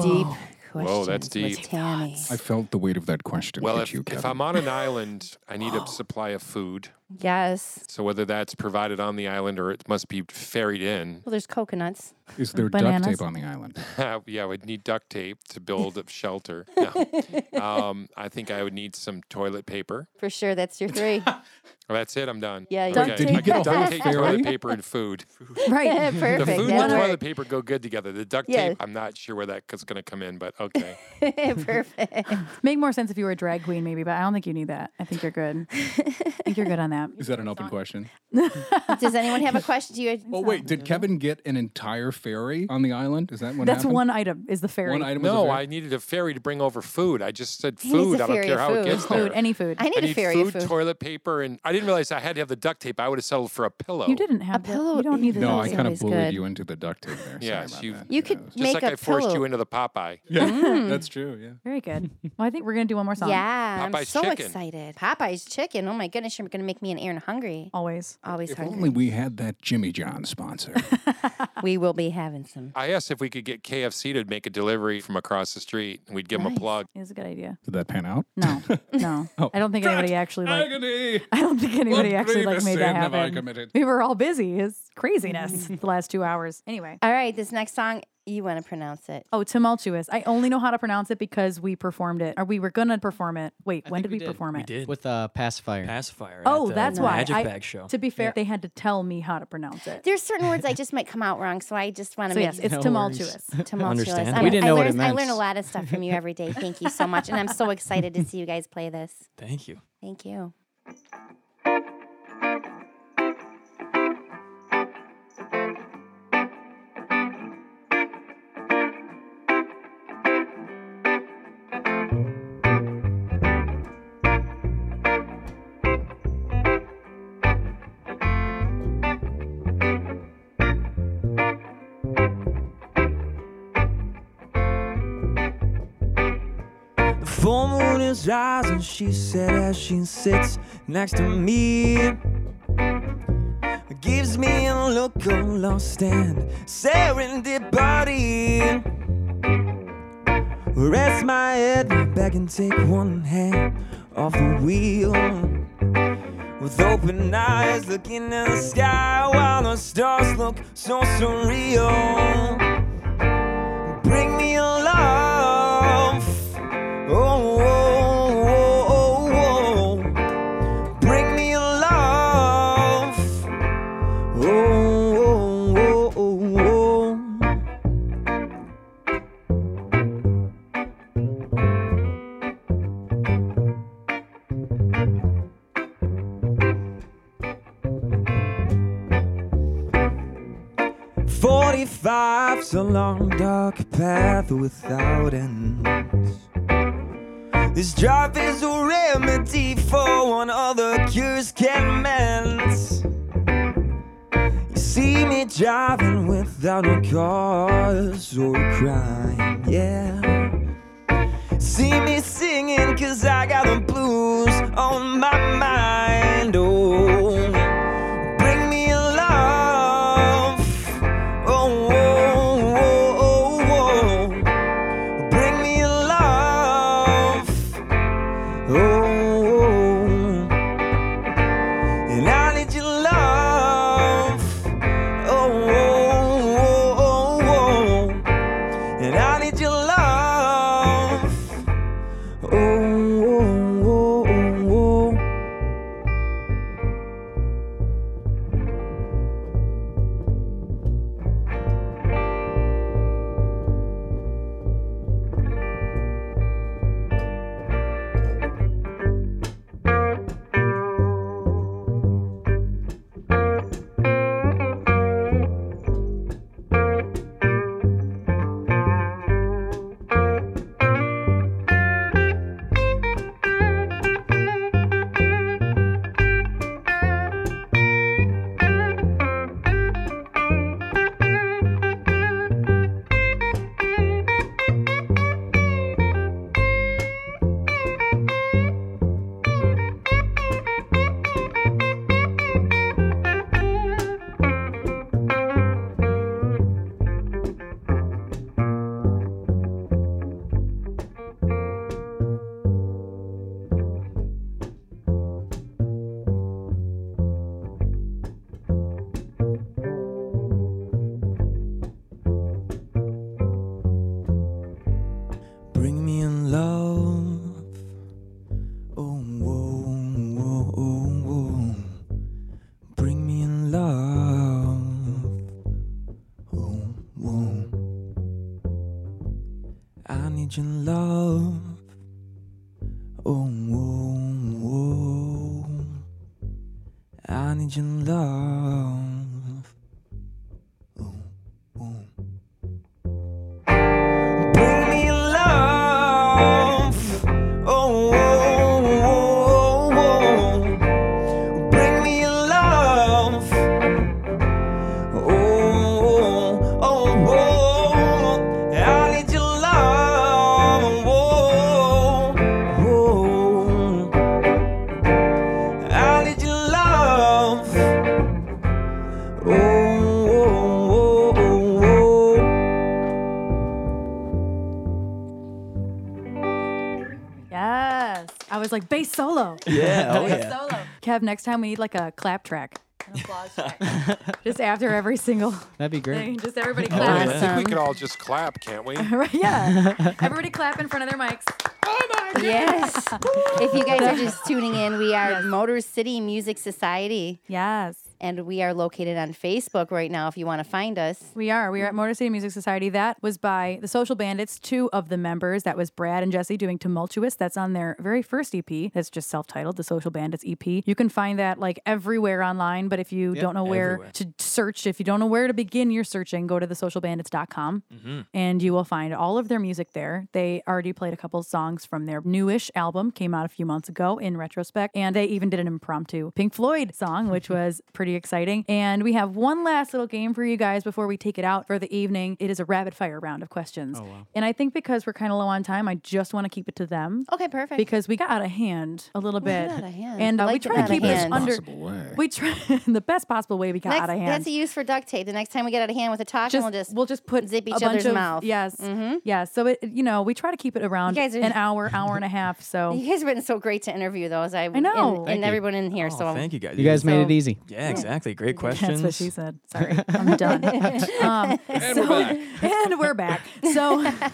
D: Deep.
E: Whoa, that's
D: questions with
E: deep.
D: Tammy.
F: I felt the weight of that question.
E: Well,
F: at
E: if,
F: you,
E: if
F: Kevin.
E: I'm on an island, I need a supply of food.
D: Yes.
E: So whether that's provided on the island or it must be ferried in, uh,
D: Well, there's coconuts.
F: is there
A: Bananas.
F: duct tape on the island?
E: yeah, I would need duct tape to build a shelter. No. um, I think I would need some toilet paper.
D: For sure. That's your three.
E: Well, that's it. I'm done.
D: Yeah,
E: okay.
D: Duct
E: I get
F: tape. The whole
E: duct tape, toilet
F: ferry?
E: paper, and food.
A: Right.
E: The
D: Perfect.
E: food and
D: that'll
E: toilet
D: work.
E: paper go good together. The duct
D: Yeah.
E: tape, I'm not sure where that's going to come in, but okay.
D: Perfect.
A: Make more sense if you were a drag queen, maybe, but I don't think you need that. I think you're good. I think you're good on that.
F: Is that an open question?
D: Does anyone have a question? Do you?
F: Oh wait, did Kevin get an entire ferry on the island? Is that one?
A: That's one item is the fairy.
F: One item. was a
E: No,
F: ferry?
E: I needed a ferry to bring over food. I just said
D: He needs
E: food.
D: a
E: I don't
D: ferry
E: care
D: of
E: how it
D: food.
E: gets there.
A: food, any food.
D: I need
E: I
D: a
E: need
D: ferry
E: food,
D: of food.
E: toilet paper, and I didn't realize I had to have the duct tape. I would have settled for a pillow.
A: you didn't have that.
D: pillow
A: You don't need to
F: No,
A: know
F: I
D: It's
A: that.
F: kind of
D: always
F: bullied
D: good.
F: you into the duct tape there.
E: Yes,
F: Sorry about
E: you-
F: that.
D: You could Mm.
F: Yeah,
E: Just
D: make a
E: like I forced
D: pillow.
E: you into the Popeye.
F: yeah, that's true. Yeah.
A: Very good. Well, I think we're gonna do one more song.
D: Yeah, I'm
E: Popeye's
D: so
E: chicken.
D: excited. Popeye's chicken. Oh my goodness, you're gonna make me and Aaron hungry.
A: Always.
D: Always
F: If
D: hungry.
F: only we had that Jimmy John sponsor.
D: we will be having some.
E: I asked if we could get KFC to make a delivery from across the street, and we'd give them
D: Nice.
E: a plug.
A: It was a good idea.
F: Did that pan out?
A: No, no.
F: Oh,
A: I don't think anybody actually like.
F: Agony.
A: I don't think anybody actually like
F: grievous
A: made that
F: sin have I
A: happen.
F: committed?
A: We were all busy. It's craziness the last two hours. Anyway.
D: All right, this next song, you want to pronounce it?
A: Oh, tumultuous. I only know how to pronounce it because we performed it, or we were gonna perform it. Wait,
C: I
A: when
C: think
A: did
C: we
A: we,
C: did.
A: perform
B: we
A: it?
B: did with
C: with uh, pacifier.
B: pacifier. at
A: Oh,
B: the
A: that's why.
B: Magic
A: I-
B: Bag Show.
A: To be fair, they had to tell me how to pronounce it.
D: There's certain words I just might come out wrong, so I just want to
A: So
D: make
A: yes, it's
C: No worries.
A: tumultuous.
D: it tumultuous.
B: Understandable.
D: I'm-
B: We
C: didn't
D: I
C: know what
D: learn,
C: it
D: I learn a
C: meant.
D: lot of stuff from you every day. Thank you so much, and I'm so excited to see you guys play this.
B: Thank you.
D: Thank you.
G: The full moon is rising, she said as she sits next to me. Gives me a look of lost and serendipity. Rest my head back and take one hand off the wheel. With open eyes looking at the sky while the stars look so surreal. Bring me a love. Oh, oh, oh, oh. bring me a love. Oh, oh, oh, oh. Forty-five's a long dark path without end. This drive is a remedy for one other cures can mend. You see me driving without no cars or a crime, yeah. See me singing down, cause I got the blues on my mind. Oh, bring me a love. Oh, oh, oh, oh, oh. bring me a love. Oh, and I need your love. Oh, oh, oh, oh, oh. and I need your love. Oh, oh, oh, oh. Bring me in love. Oh, oh, oh, oh, oh. Bring me in love. Oh, oh. I need your love. Oh, oh, oh. I need your love. Oh, oh. Bring me your love, oh, oh, oh, oh. Bring me your love, oh, oh, oh, oh. I need your love, oh, oh. I need your love, oh, oh, oh, oh.
A: Yes. I was like, bass solo.
B: Yeah, oh
A: Bass
B: yeah.
A: solo. Kev, next time we need like a clap track.
D: An applause track.
A: Just after every single
C: That'd be great.
A: thing. Just everybody
B: Oh,
E: I
A: clap.
D: Um,
E: think we could all just clap, can't we?
D: uh-huh.
A: Right, yeah. Everybody clap in front of their mics.
D: yes. if you guys are just tuning in, we are Motor City Music Society,
A: Yes.
D: and we are located on Facebook right now. If you want to find us,
A: We are. We are at Motor City Music Society. That was by the Social Bandits, two of the members. That was Brad and Jesse doing Tumultuous. That's on their very first EP. That's just self titled, the Social Bandits EP. You can find that like everywhere online, but if you don't know where
B: everywhere.
A: to search, if you don't know where to begin your searching, go to thesocialbandits.com and you will find all of their music there. They already played a couple songs from their newish album, came out a few months ago in retrospect, and they even did an impromptu Pink Floyd song, which was pretty exciting. And we have one last little game for you guys before we take it out for the evening. It is a rapid fire round of questions. Oh, wow. And I think because we're kind of low on time, I just want to keep it to them.
D: okay, perfect.
A: Because we got out of hand a little bit,
D: got out of hand.
A: and
D: I
A: uh, we
D: like
A: try
D: getting
A: to keep
D: out of
A: this
D: hand.
A: under.
F: Possible way.
A: We try in the best possible way we got
D: Next-
A: out of hand
D: that's a use for duct tape. The next time we get out of hand with a talk, and we'll just
A: put
D: zip each
A: a bunch
D: other's
A: of-
D: mouth. Mm-hmm.
A: Yes, yeah. So it you know we try to keep it around
D: guys are-
A: an hour, hour and a half. So
D: You guys have been so great to interview, though, as I, and-
A: know.
D: and,
A: Thank
B: you.
D: everyone in here.
B: Oh,
D: so I'm-
B: thank you guys.
C: You guys made
A: So-
C: it easy.
B: Yeah, exactly. Great
A: that's
B: questions.
A: what she said. Sorry, I'm done. um,
F: And
A: so-
F: we're back.
A: and we're back. So.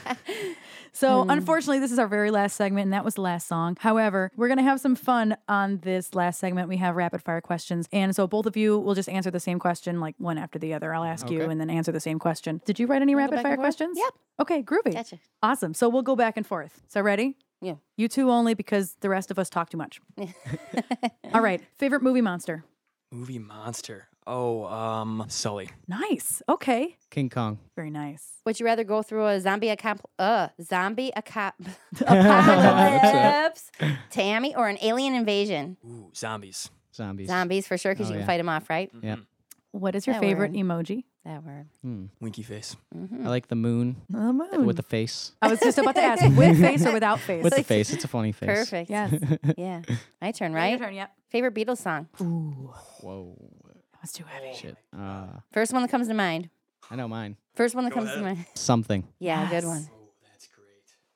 A: So,
D: Hmm.
A: unfortunately, this is our very last segment, and that was the last song. However, we're going to have some fun on this last segment. We have rapid fire questions. And so, both of you will just answer the same question, like one after the other. I'll ask you and then answer the same question. Did you write any rapid
D: back
A: fire
D: and forth?
A: questions?
D: Yep.
A: Okay, groovy.
D: Gotcha.
A: Awesome. So, we'll go back and forth. So, ready?
D: Yeah.
A: You two only because the rest of us talk too much. All right. Favorite movie monster?
B: Movie monster. Oh, um, Sully.
A: Nice. Okay.
C: King Kong.
A: Very nice.
D: Would you rather go through a zombie acomp- uh, zombie aco-
F: Apocalypse.
D: apocalypse, Tammy, or an alien invasion?
B: Ooh, zombies.
C: Zombies.
D: Zombies for sure, because you
C: Oh,
D: can
C: yeah.
D: fight them off, right?
C: Yeah.
A: What is your
D: That
A: favorite
D: word.
A: emoji?
D: That word.
B: Winky face.
C: I like the moon
A: The moon.
C: with the face.
A: I was just about to ask with face or without face.
C: With the face, it's a funny face.
D: Perfect.
A: yes.
D: Yeah. My turn,
A: Right.
D: right?
A: Your turn. Yep.
D: Favorite Beatles song?
A: Ooh,
C: Whoa,
A: that was too heavy.
C: shit. Uh,
D: First one that comes to mind.
C: I know mine.
D: First one that comes to mind.
C: Something.
D: Yeah, good one.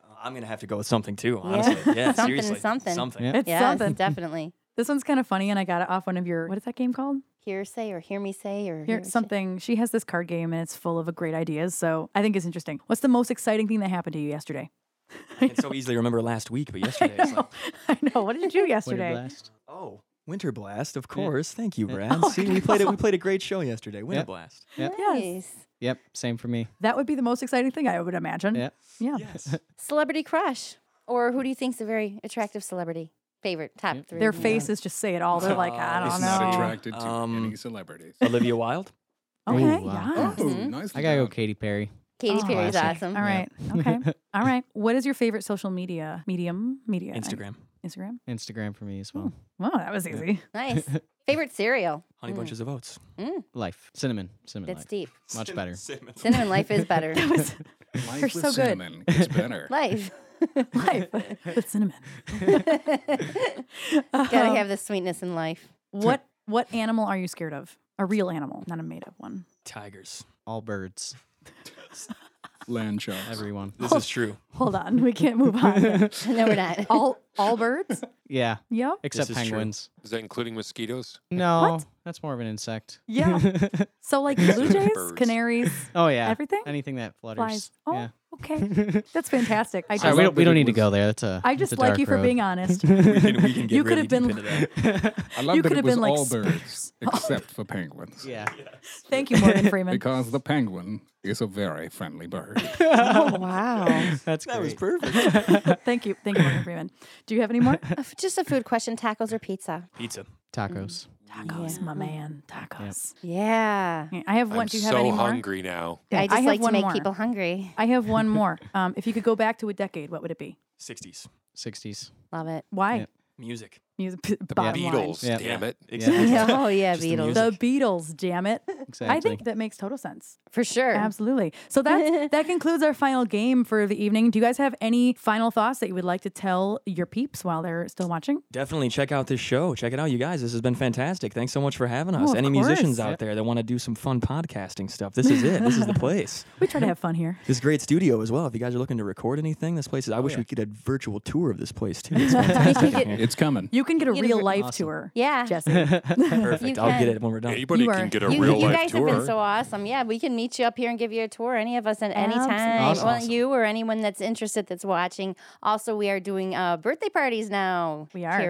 B: Uh, I'm gonna have to go with something too.
D: honestly.
B: Honestly, yeah,
D: Something,
B: seriously,
D: something.
B: something.
C: Yeah.
A: It's
D: Yeah,
A: something.
D: definitely.
A: This one's kind of funny, and I got it off one of your. What is that game called?
D: Hearsay or hear me say or
A: Here,
D: hear-
A: something. She has this card game, and it's full of great ideas. So I think it's interesting. What's the most exciting thing that happened to you yesterday?
B: I can so easily remember last week, but yesterday. It's like,
A: I know. What did you do
C: Winter
A: yesterday?
C: blast.
B: oh, Winter Blast, of course. Thank you, Brad. See, we played it. We played a great show yesterday. Winter
C: Yeah.
B: Blast.
A: Yes.
D: Nice.
C: Yep, same for me.
A: That would be the most exciting thing I would imagine.
C: Yeah.
A: Yeah.
B: Yes.
D: Celebrity crush. Or who do you think's a very attractive celebrity? Favorite top three.
A: Their
D: Yeah.
A: faces just say it all. They're like, I
B: Oh,
A: don't
F: He's
B: no.
F: not
A: know.
F: attracted to
B: Um,
F: any celebrities.
B: Olivia Wilde.
A: Okay.
C: Ooh, wow.
A: Yeah.
F: Oh,
D: Mhm.
F: nicely
C: I gotta go
F: done.
C: Katy Perry.
D: Katy
A: Oh,
D: Perry's
C: classic.
D: awesome.
A: All right. Okay. All right. What is your favorite social media medium? Media. I-
B: Instagram.
A: Instagram.
C: Instagram for me as well.
A: Wow, that was easy.
D: Nice. Favorite cereal.
B: Honey bunches of oats.
C: Life. Cinnamon. Cinnamon
D: That's
C: life.
D: deep.
C: Much better.
B: Cinnamon.
D: Cinnamon life is better.
F: Life
A: You're
F: with
A: so good.
F: cinnamon is better.
D: life.
A: Life with cinnamon. Uh-huh. Uh,
D: Gotta have the sweetness in life.
A: What what animal are you scared of? A real animal, not a made up one.
B: Tigers.
C: All birds.
F: Land sharks.
C: Everyone.
B: This is true.
A: Hold on, we can't move on.
D: No, we're not.
A: all all birds?
C: Yeah.
A: Yep.
C: Except
B: is true.
C: penguins.
E: Is that including mosquitoes?
C: No, that's more of an insect.
A: Yeah. So like blue jays,
E: Birds.
A: canaries,
C: Oh yeah.
A: Everything?
C: Anything that flutters.
A: flies. Oh,
C: Yeah.
A: okay. That's fantastic. I
C: Sorry,
A: just
C: we don't, we don't need to go there. That's a.
A: I
C: that's
A: just
C: a
A: like
C: dark
A: you for
C: road.
A: being honest.
B: We can, we can get
A: You could
B: really
A: have been-
B: deep into that.
F: I love
A: You
F: that
A: could have
F: it was
A: been like
F: all
A: spiders.
F: birds except for penguins.
C: Yeah.
A: Thank you, Morgan Freeman.
F: Because the penguin is a very friendly bird.
D: Oh, wow.
C: That's
B: That was
C: great.
B: perfect.
A: Thank you. Thank you, Morgan Freeman. Do you have any more?
D: Just a food question tacos or pizza?
B: Pizza.
A: Mm.
C: Tacos.
A: Tacos,
F: Mm.
A: my man. Tacos.
D: Yeah.
A: Okay, I have one.
E: I'm
A: Do you have
E: so
A: any more?
E: hungry now.
A: Okay,
D: I just
A: have
D: like to
A: one
D: make
A: more.
D: people hungry.
A: I have one more. Um, if you could go back to a decade, what would it be?
B: 60s.
C: 60s.
D: Love it.
A: Why?
C: Yeah.
B: Music.
A: Music, p-
E: The
A: bottom line.
E: Beatles,
C: Yeah.
E: damn it.
B: Exactly.
D: oh, yeah,
B: Just the
D: Beatles.
B: music.
A: The Beatles, damn it.
C: Exactly.
A: I think that makes total sense.
D: For sure.
A: Absolutely. So that that concludes our final game for the evening. Do you guys have any final thoughts that you would like to tell your peeps while they're still watching?
B: Definitely check out this show. Check it out, you guys. This has been fantastic. Thanks so much for having us.
A: Oh, of
B: Any
A: course.
B: musicians out there that want to do some fun podcasting stuff, this is it. this is the place.
A: We try to have fun here.
B: This great studio as well. If you guys are looking to record anything, this place is. I
A: Oh,
B: wish we could get a virtual tour of this place too. It's fantastic. in here.
F: it's coming.
A: You can get a
D: You'd
A: real
D: have-
A: life
C: Awesome.
A: tour.
D: Yeah.
A: Jesse.
B: Perfect. I'll
D: can.
B: get it when we're done.
E: Anybody
A: You
E: can
A: are-
E: get a
D: You,
E: real
D: you
E: life
D: guys
E: tour.
D: have been so awesome. Yeah, we can meet you up here and give you a tour, any of us at any time.
A: Absolutely.
D: Well, you or anyone that's interested that's watching. Also, we are doing uh, birthday parties now.
A: We are.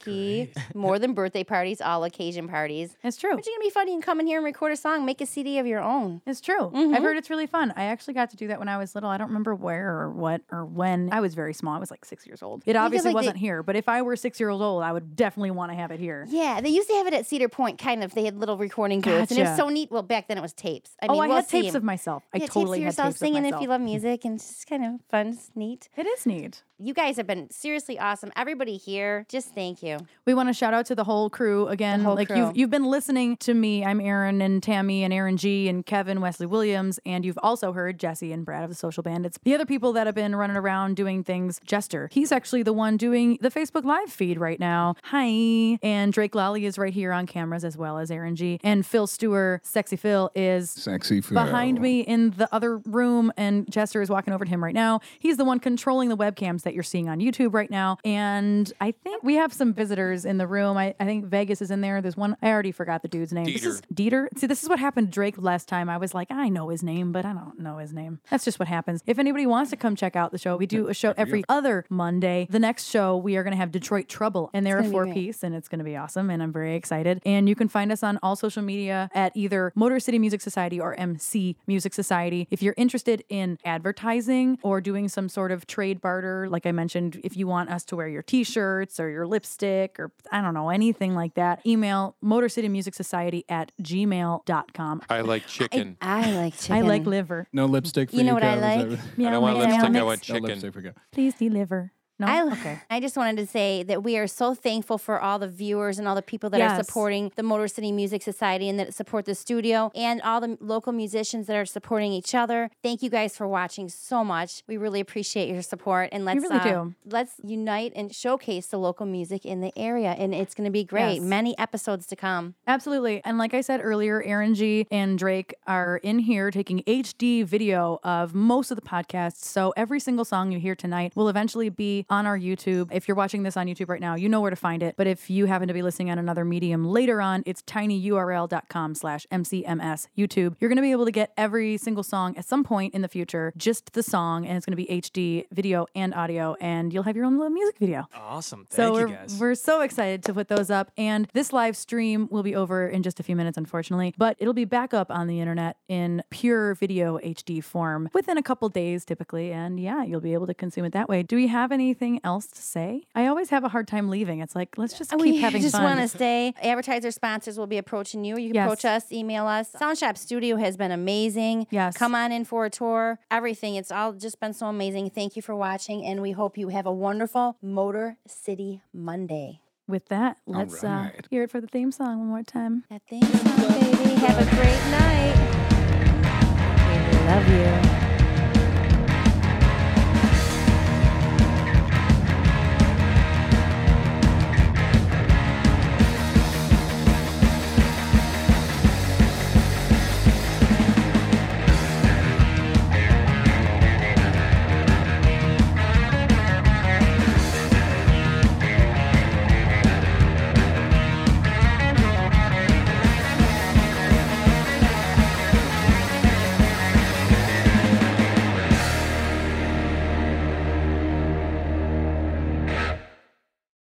D: Karaoke, more than birthday parties, all occasion parties.
A: It's true.
D: But you going to be funny and come in here and record a song, make a CD of your own.
A: It's true.
D: Mm-hmm.
A: I've heard it's really fun. I actually got to do that when I was little. I don't remember where or what or when. I was very small. I was like six years old. It obviously
D: like, the-
A: wasn't here, but if I were six years old, I would definitely want to have it here.
D: Yeah, they used to have it at Cedar Point, kind of. They had little recording booths, and it was
A: Gotcha.
D: so neat. Well, back then it was tapes. I
A: oh,
D: mean,
A: I
D: we'll
A: had
D: see.
A: tapes of myself. I
D: yeah,
A: totally
D: tapes of
A: had
D: yourself
A: tapes
D: singing
A: of
D: if
A: myself.
D: you love music, and it's just kind of fun, it's neat.
A: It is neat.
D: You guys have been seriously awesome. Everybody here, just thank you.
A: We want to shout out to the whole crew again.
D: whole
A: like
D: crew.
A: you've you've been listening to me. I'm Aaron and Tammy and Aaron G and Kevin Wesley Williams, and you've also heard Jesse and Brad of the Social Bandits. The other people that have been running around doing things. Jester, he's actually the one doing the Facebook Live feed right now. Hi, and Drake Lally is right here on cameras as well as Aaron G and Phil Stewart, Sexy Phil is.
F: Sexy food.
A: Behind me in the other room, and Jester is walking over to him right now. He's the one controlling the webcams that you're seeing on YouTube right now. And I think we have some visitors in the room. I, I think Vegas is in there. There's one, I already forgot the dude's name. This
E: Dieter.
A: is Dieter. See, this is what happened to Drake last time. I was like, I know his name, but I don't know his name. That's just what happens. If anybody wants to come check out the show, we do a show every other Monday. The next show, we are going to have Detroit Trouble, and they're a four piece, and it's going to be awesome. And I'm very excited. And you can find us on all social media at either Motor City Music Society or MC Music Society. If you're interested in advertising or doing some sort of trade barter, like I mentioned, if you want us to wear your t shirts or your lipstick or I don't know, anything like that, email Motor City Music Society at gmail.com.
E: I like chicken.
D: I like chicken.
A: I like liver.
F: No lipstick for
D: You know what I
F: Kev, is
D: like?
F: that-
E: I,
A: Meow,
E: don't want
A: meow,
E: lipstick. I
A: meow.
E: want
F: No
E: chicken.
F: lipstick for Kev.
A: Please deliver. No?
D: I,
A: okay.
D: I just wanted to say that we are so thankful for all the viewers and all the people that are
A: Yes.
D: supporting the Motor City Music Society and that support the studio and all the local musicians that are supporting each other. Thank you guys for watching so much. We really appreciate your support and let's
A: really
D: uh,
A: do.
D: let's unite and showcase the local music in the area and it's going to be great.
A: Yes.
D: Many episodes to come.
A: Absolutely. And like I said earlier, Aaron G and Drake are in here taking HD video of most of the podcasts. So every single song you hear tonight will eventually be on our YouTube. If you're watching this on YouTube right now, you know where to find it. But if you happen to be listening on another medium later on, it's tinyurl.com slash MCMS YouTube. You're going to be able to get every single song at some point in the future, just the song. And it's going to be HD video and audio. And you'll have your own little music video.
B: Awesome. Thank
A: So
B: you
A: we're,
B: guys.
A: we're so excited to put those up. And this live stream will be over in just a few minutes, unfortunately, but it'll be back up on the internet in pure video HD form within a couple days typically. And yeah, you'll be able to consume it that way. Do we have anything else to say? I always have a hard time leaving. It's like, let's just keep
D: Oh, we
A: having
D: just
A: fun.
D: want to stay. Advertiser sponsors will be approaching you. You can
A: Yes.
D: approach us, email us. Sound Shop Studio has been amazing.
A: Yes.
D: Come on in for a tour. Everything. It's all just been so amazing. Thank you for watching, and we hope you have a wonderful Motor City Monday.
A: With that, let's uh,
F: right.
A: hear it for the theme song one more time.
D: That thing, baby. Have a great night. We love you.